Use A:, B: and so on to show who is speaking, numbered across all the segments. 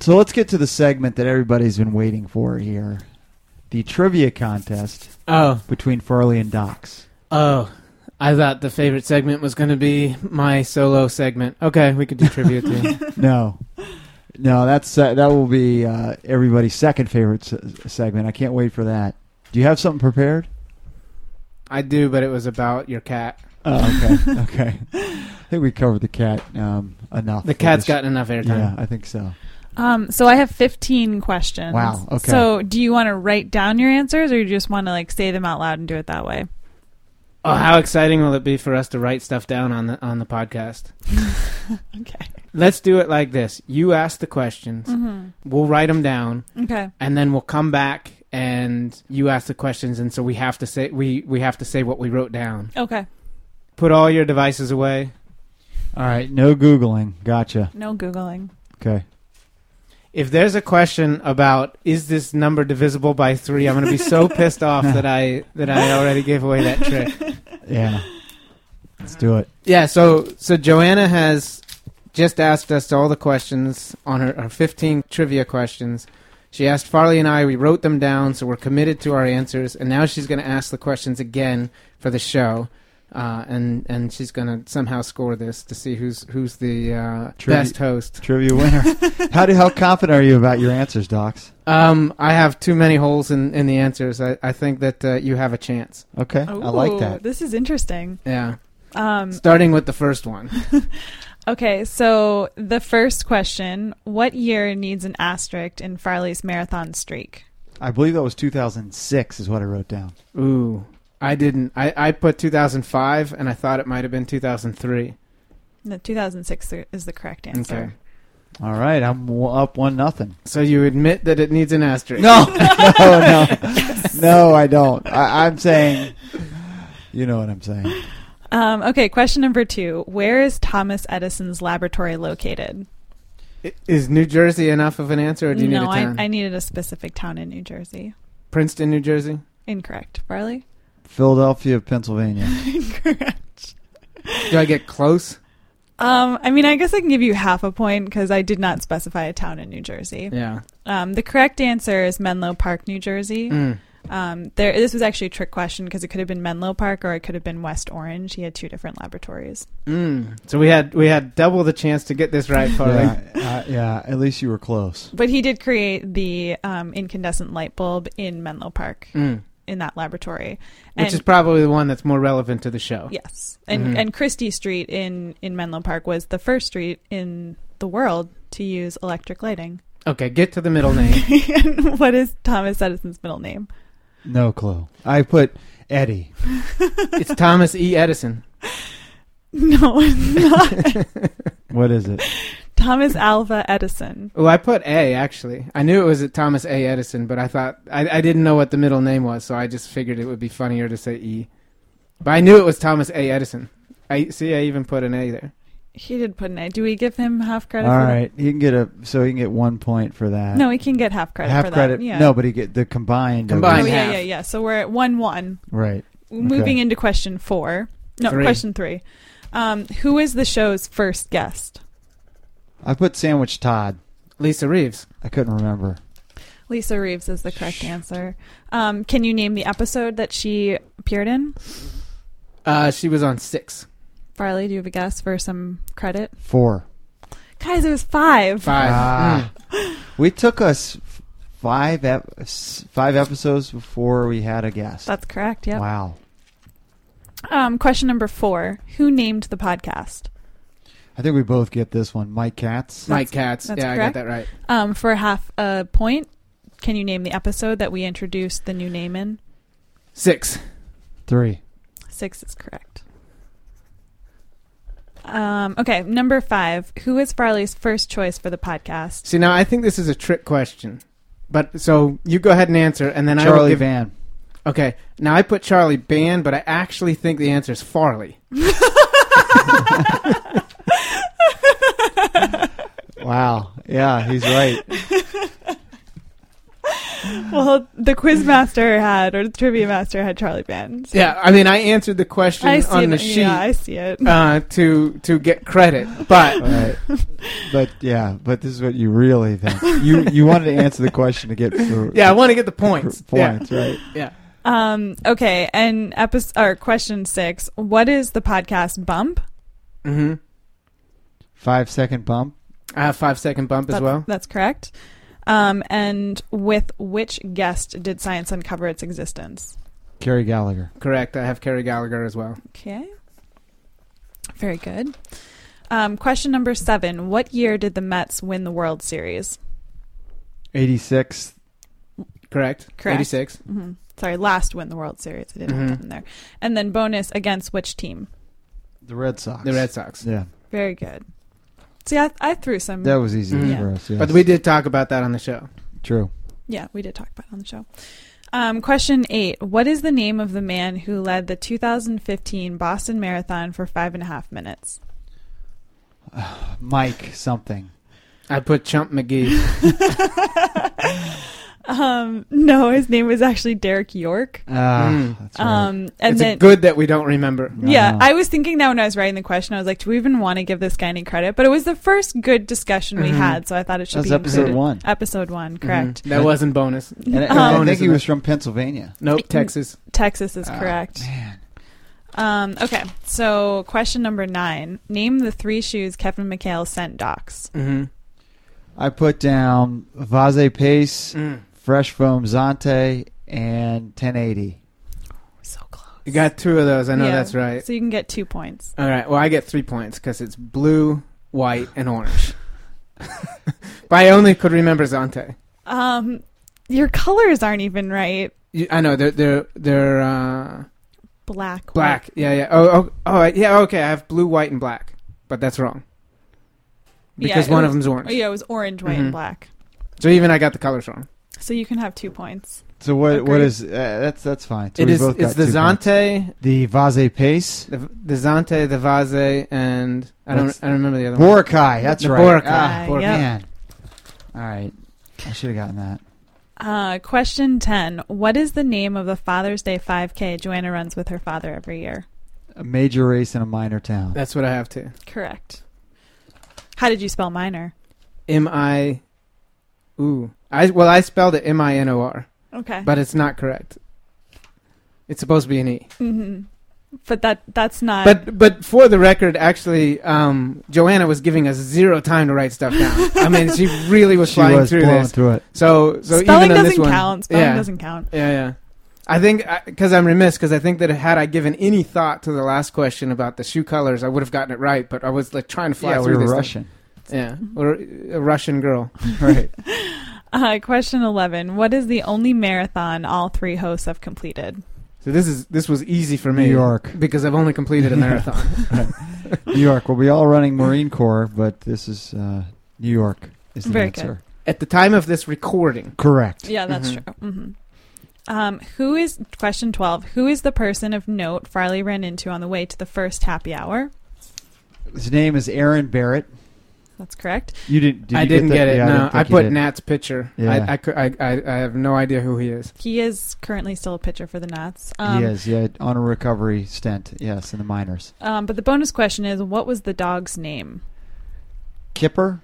A: So let's get to the segment that everybody's been waiting for here the trivia contest
B: Oh,
A: between Farley and Docs.
B: oh. I thought the favorite segment was going to be my solo segment. Okay, we could do trivia too.
A: No. No, that's uh, that will be uh, everybody's second favorite se- segment. I can't wait for that. Do you have something prepared?
B: I do, but it was about your cat. Uh.
A: Oh, okay, okay. I think we covered the cat um, enough.
B: The
A: for
B: cat's
A: this-
B: gotten enough
A: Yeah,
B: airtime.
A: I think so.
C: Um, so I have 15 questions.
A: Wow, okay.
C: So do you want to write down your answers or you just want to like say them out loud and do it that way?
B: Oh, how exciting will it be for us to write stuff down on the on the podcast?
C: Okay.
B: Let's do it like this. You ask the questions. We'll write them down,
C: Mm-hmm. Okay.
B: and then we'll come back and you ask the questions. And so we have to say we we have to say what we wrote down.
C: Okay.
B: Put all your devices away.
A: All right, no googling. Gotcha.
C: No Googling.
A: Okay.
B: If there's a question about is this number divisible by three, I'm going to be so pissed off that I that I already gave away that trick.
A: Yeah. Let's do it.
B: Yeah. So so Joanna has just asked us all the questions on her, her 15 trivia questions. She asked Farley and I. We wrote them down, so we're committed to our answers. And now she's going to ask the questions again for the show, uh, and and she's going to somehow score this to see who's who's the uh,
A: Trivia-
B: best host.
A: Trivia winner. how do how confident are you about your answers, Docs?
B: Um, I have too many holes in, in the answers. I, I think that uh, you have a chance.
A: Okay, I like that.
C: This is interesting.
B: Yeah.
C: Um,
B: Starting with the first one.
C: okay. So the first question, what year needs an asterisk in Farley's marathon streak?
A: I believe that was 2006 is what I wrote down.
B: Ooh. I didn't. I, I put 2005, and I thought it might have been 2003.
C: No, 2006 is the correct answer.
B: Okay.
A: All right, I'm w- up one nothing.
B: So you admit that it needs an asterisk.
A: No, no, no, no. I don't. I, I'm saying, you know what I'm saying.
C: Um, okay. Question number two, where is Thomas Edison's laboratory located?
B: I- Is New Jersey enough of an answer, or do you
C: no,
B: need a town?
C: I, I needed a specific town in New Jersey.
B: Princeton, New Jersey?
C: Incorrect. Farley?
A: Philadelphia, Pennsylvania.
C: Incorrect.
B: Do I get close?
C: Um, I mean, I guess I can give you half a point because I did not specify a town in New Jersey.
B: Yeah.
C: Um, the correct answer is Menlo Park, New Jersey.
B: Mm.
C: Um, there, this was actually a trick question because it could have been Menlo Park or it could have been West Orange. He had two different laboratories.
B: Mm. So we had we had double the chance to get this right, Farley.
A: Yeah, uh, yeah, at least you were close.
C: But he did create the um, incandescent light bulb in Menlo Park
B: Mm.
C: in that laboratory.
B: Which
C: And-
B: is probably the one that's more relevant to the show.
C: Yes, and
B: Mhm.
C: and Christie Street in in Menlo Park was the first street in the world to use electric lighting.
B: Okay, get to the middle name.
C: and what is Thomas Edison's middle name?
A: No clue. I put Eddie.
B: it's Thomas E. Edison.
C: No, it's not
A: What is it?
C: Thomas Alva Edison.
B: Oh, I put A actually. I knew it was at Thomas A. Edison, but I thought I, I didn't know what the middle name was, so I just figured it would be funnier to say E. But I knew it was Thomas A. Edison. I see. I even put an A there.
C: He did put an A. Do we give him half
A: All
C: credit? for
A: right, he can get a so he can get one point for that.
C: That? No, we can get half credit.
A: half
C: for
A: credit.
C: That. Yeah.
A: No, but he get the combined. of
B: Combined.
C: Oh,
A: it.
C: yeah,
B: half.
C: yeah, yeah. So we're at one one.
A: Right.
C: Moving into question four. No,
B: Three.
C: question three. Um, who is the show's first guest?
A: I put Sandwich Todd.
B: Lisa Reeves.
A: I couldn't remember.
C: Lisa Reeves is the correct answer. Um, can you name the episode that she appeared in?
B: Uh, she was on six.
C: Farley, do you have a guess for some credit?
A: Four.
C: Guys, it was five.
B: Five.
A: Ah.
B: Mm.
A: We took us f- five ep- s- five episodes before we had a guest.
C: That's correct. Yep.
A: Wow.
C: Um, question number four: Who named the podcast?
A: I think we both get this one. Mike Katz.
B: Mike Katz.
C: that's
B: yeah,
C: correct.
B: I got that right.
C: Um, for half a point, can you name the episode that we introduced the new name in?
B: Six.
A: Three.
C: Six is correct. Um, okay, number five: Who is Farley's first choice for the podcast?
B: See, now I think this is a trick question, but so you go ahead and answer, and then I will
A: Charlie
B: give.
A: Van.
B: Okay, now I put Charlie Band, but I actually think the answer is Farley.
A: Wow. Yeah, he's right.
C: Well, the quiz master had, or the trivia master had Charlie Bands.
B: Yeah, I mean, I answered the question
C: I see
B: on
C: it.
B: the sheet
C: Yeah, I see it.
B: uh, to to get credit, but
A: Right. But yeah, but this is what you really think. You you wanted to answer the question to get for,
B: yeah, I want to get the points. Yeah,
A: points, right?
B: yeah.
C: Um, okay, and episode or question six: What is the podcast bump?
B: Mm-hmm.
A: Five second bump.
B: I have five second bump as
C: That's-
B: well.
C: That's correct. Um, and with which guest did science uncover its existence?
A: Kerry Gallagher.
B: Correct. I have Kerry Gallagher as well.
C: Okay, very good. Um, question number seven: What year did the Mets win the World Series?
A: Eighty six.
B: Correct.
C: Correct.
B: Eighty six.
C: hmm Sorry, last win the World Series. I didn't
B: Mhm.
C: have that in there. And then bonus against which team?
A: The Red Sox.
B: The Red Sox.
A: Yeah,
C: Very good. See, I, I threw some.
A: that was easy
B: Mhm.
A: for us. Yes.
B: But we did talk about that on the show.
A: true.
C: Yeah, we did talk about it on the show. Um, question eight What is the name of the man who led the 2015 Boston Marathon for five and a half minutes?
A: Mike something.
B: I put Chump McGee.
C: Um, no, his name was actually Derek York.
A: Ah,
B: Mm.
A: that's right.
C: Um, and
B: it's
C: then.
B: good that we don't remember.
C: yeah,
A: Wow.
C: I was thinking that when I was writing the question, I was like, "Do we even want to give this guy any credit?" But it was the first good discussion we
B: Mhm.
C: had, so I thought
A: Mm-hmm.
C: it
A: that
C: should
A: was
C: be
A: episode
C: included.
A: one. Mm-hmm.
C: Episode one, correct?
B: Mhm. That wasn't bonus.
A: And, and I
C: Um,
A: think he
B: Isn't
A: was
B: it?
A: from Pennsylvania.
C: Mm-hmm.
B: Nope. Texas.
C: Texas is
A: Ah,
C: correct.
A: Man,
C: Um, okay, so question number nine: Name the three shoes Kevin McHale sent Docs.
B: Mm-hmm.
A: I put down Vase Pace,
B: Mm-hmm.
A: Fresh Foam Zante, and 1080.
C: So close.
B: You got two of those. I know
C: Yeah.
B: that's right.
C: So you can get two points.
B: All right. Well, I get three points because it's blue, white, and orange. but I only could remember Zante.
C: Um, your colors aren't even right.
B: You- I know they're they're they're uh,
C: Black.
B: black. Yeah, yeah. Oh, oh, oh, I- yeah. Okay, I have blue, white, and black, but that's wrong
C: Yeah,
B: because
C: it
B: one
C: was-
B: of them's
C: Oh,
B: orange.
C: yeah, it was orange, white,
B: Mhm.
A: Mm-hmm.
C: and black.
B: So even I got the colors wrong.
C: So you can have two points.
A: So what?
C: Agreed.
A: What is uh, that's that's fine. So
B: it
A: we
B: is
A: both
B: it's
A: got
B: the
A: two points.
B: Zante,
A: the Vase Pace,
B: the, the Zante, the Vase, and I don't
A: That's-
B: I don't remember the other one.
A: Boracay. That's
B: The
A: right.
B: Boracay.
A: Ah,
C: Boracay, yep.
A: Man, all right. I should have gotten that.
C: Uh, question ten: What is the name of the Father's Day 5K Joanna runs with her father every year?
A: A major race in a minor town.
B: That's what I have too.
C: Correct. How did you spell minor?
B: M I, ooh. I well I spelled it M I N O R,
C: Okay.
B: but it's not correct. It's supposed to be an E.
C: hmm But that that's not.
B: But but for the record, actually, um, Joanna was giving us zero time to write stuff down. I mean, she really was
A: she
B: flying
A: was
B: through
A: blown
B: this.
A: through it.
B: So so
C: spelling
B: even on
C: doesn't
B: this one,
C: count. Spelling
B: yeah.
C: doesn't count.
B: Yeah, yeah. I think because I'm remiss because I think that had I given any thought to the last question about the shoe colors, I would have gotten it right. But I was like trying to fly
A: Yeah, we
B: through
A: were
B: this. thing.
A: Russian.
B: Yeah, or a Russian girl.
A: right.
C: Uh, question 11. What is the only marathon all three hosts have completed?
B: So this is this was easy for me.
A: New York.
B: because I've only completed a
A: Yeah.
B: marathon.
A: New York. We'll be all running Marine Corps, but this is uh, New York is the
C: Very
A: answer.
B: At the time of this recording,
A: Correct.
C: Yeah, that's
B: Mhm.
C: true. hmm Um, who is, question 12, who is the person of note Farley ran into on the way to the first happy hour?
A: His name is Aaron Barrett.
C: That's correct.
A: You didn't. Did
B: I
A: you
B: didn't
A: get,
B: get,
A: that?
B: it.
A: Yeah,
B: no,
A: didn't
B: I
A: think you
B: put
A: did.
B: Nat's picture.
A: Yeah.
B: I, I, cou- I, I, I have no idea who he is.
C: He is currently still a pitcher for the Nats.
A: he is. Yeah, on a recovery stint. Yes, in the minors.
C: um, but the bonus question is, what was the dog's name?
A: Kipper.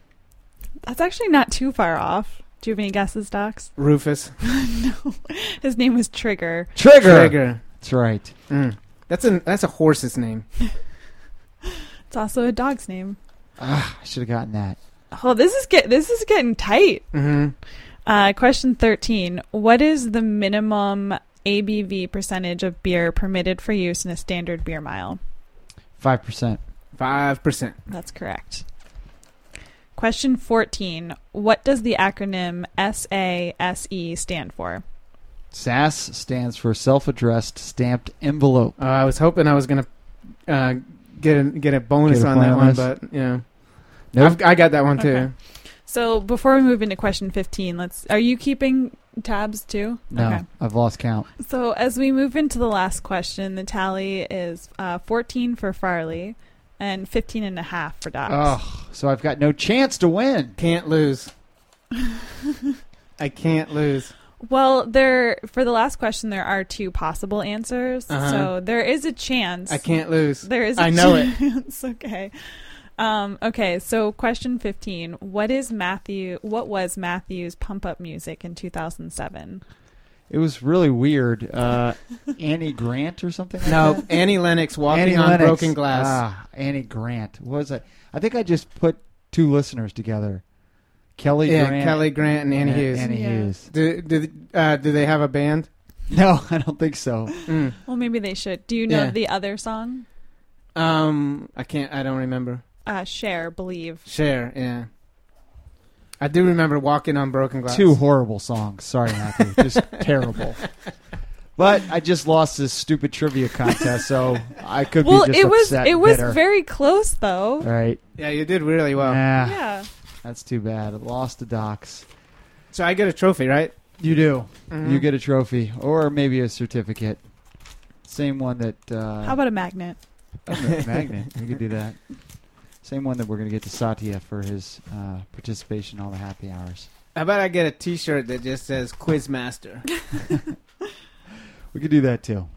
C: That's actually not too far off. Do you have any guesses, Docs?
B: Rufus
C: no. His name was Trigger.
A: Trigger.
B: Trigger.
A: That's right.
B: Mm. That's a that's a horse's name.
C: It's also a dog's name.
A: Ah, I should have gotten that.
C: Oh, this is get this is getting tight.
B: hmm
C: Uh, question 13. What is the minimum ABV percentage of beer permitted for use in a standard beer mile?
A: Five percent.
B: Five percent.
C: That's correct. Question 14. What does the acronym SASE E stand for?
A: SAS stands for self-addressed stamped envelope.
B: Uh, I was hoping I was gonna uh, get a, get a bonus
A: Get a
B: on that one,
A: bonus.
B: but yeah,
A: Nope.
B: I've, I got that one too.
C: Okay. So before we move into question 15, let's are you keeping tabs too?
A: No,
C: Okay.
A: I've lost count.
C: So as we move into the last question, the tally is uh, 14 for Farley and 15 and a half for Docs.
A: Oh, so I've got no chance to win.
B: Can't lose. I can't lose.
C: Well, there for the last question, there are two possible answers,
B: Uh-huh.
C: so there is a chance.
B: I can't lose.
C: There is. I
B: I know it.
C: chance. it. okay. Um, okay. So, question fifteen: What is Matthew? What was Matthew's pump up music in two thousand seven?
A: It was really weird. Uh, Annie Grant or something. Like
B: No,
A: that?
B: Annie Lennox walking
A: Annie
B: on
A: Lennox.
B: broken glass.
A: Ah, Annie Grant. What was it? I think I just put two listeners together. Kelly
B: yeah,
A: Grant.
B: Kelly Grant and Annie
A: and
B: Hughes.
A: Annie
C: Yeah.
A: Hughes.
B: Do do uh, do they have a band?
A: No, I don't think so.
B: Mm.
C: Well, maybe they should. Do you know
B: Yeah.
C: the other song?
B: Um, I can't. I don't remember.
C: Uh, Share, believe.
B: Share. Yeah, I do remember walking on broken glass.
A: Two horrible songs. Sorry, Matthew. Just terrible. But I just lost this stupid trivia contest, so I could
C: Well,
A: be just
C: it was
A: upset
C: it
A: and
C: was
A: bitter.
C: very close though.
A: All right.
B: Yeah, you did really well.
A: Nah,
C: Yeah.
A: that's too bad. I lost the docs.
B: So I get a trophy, right?
A: You do.
B: Mhm.
A: You get a trophy or maybe a certificate. Same one that uh,
C: How about a magnet?
A: Oh, magnet. We could do that. Same one that we're going to get to Satya for his uh, participation in all the happy hours.
B: How about I get a T-shirt that just says Quizmaster?
A: We could do that too.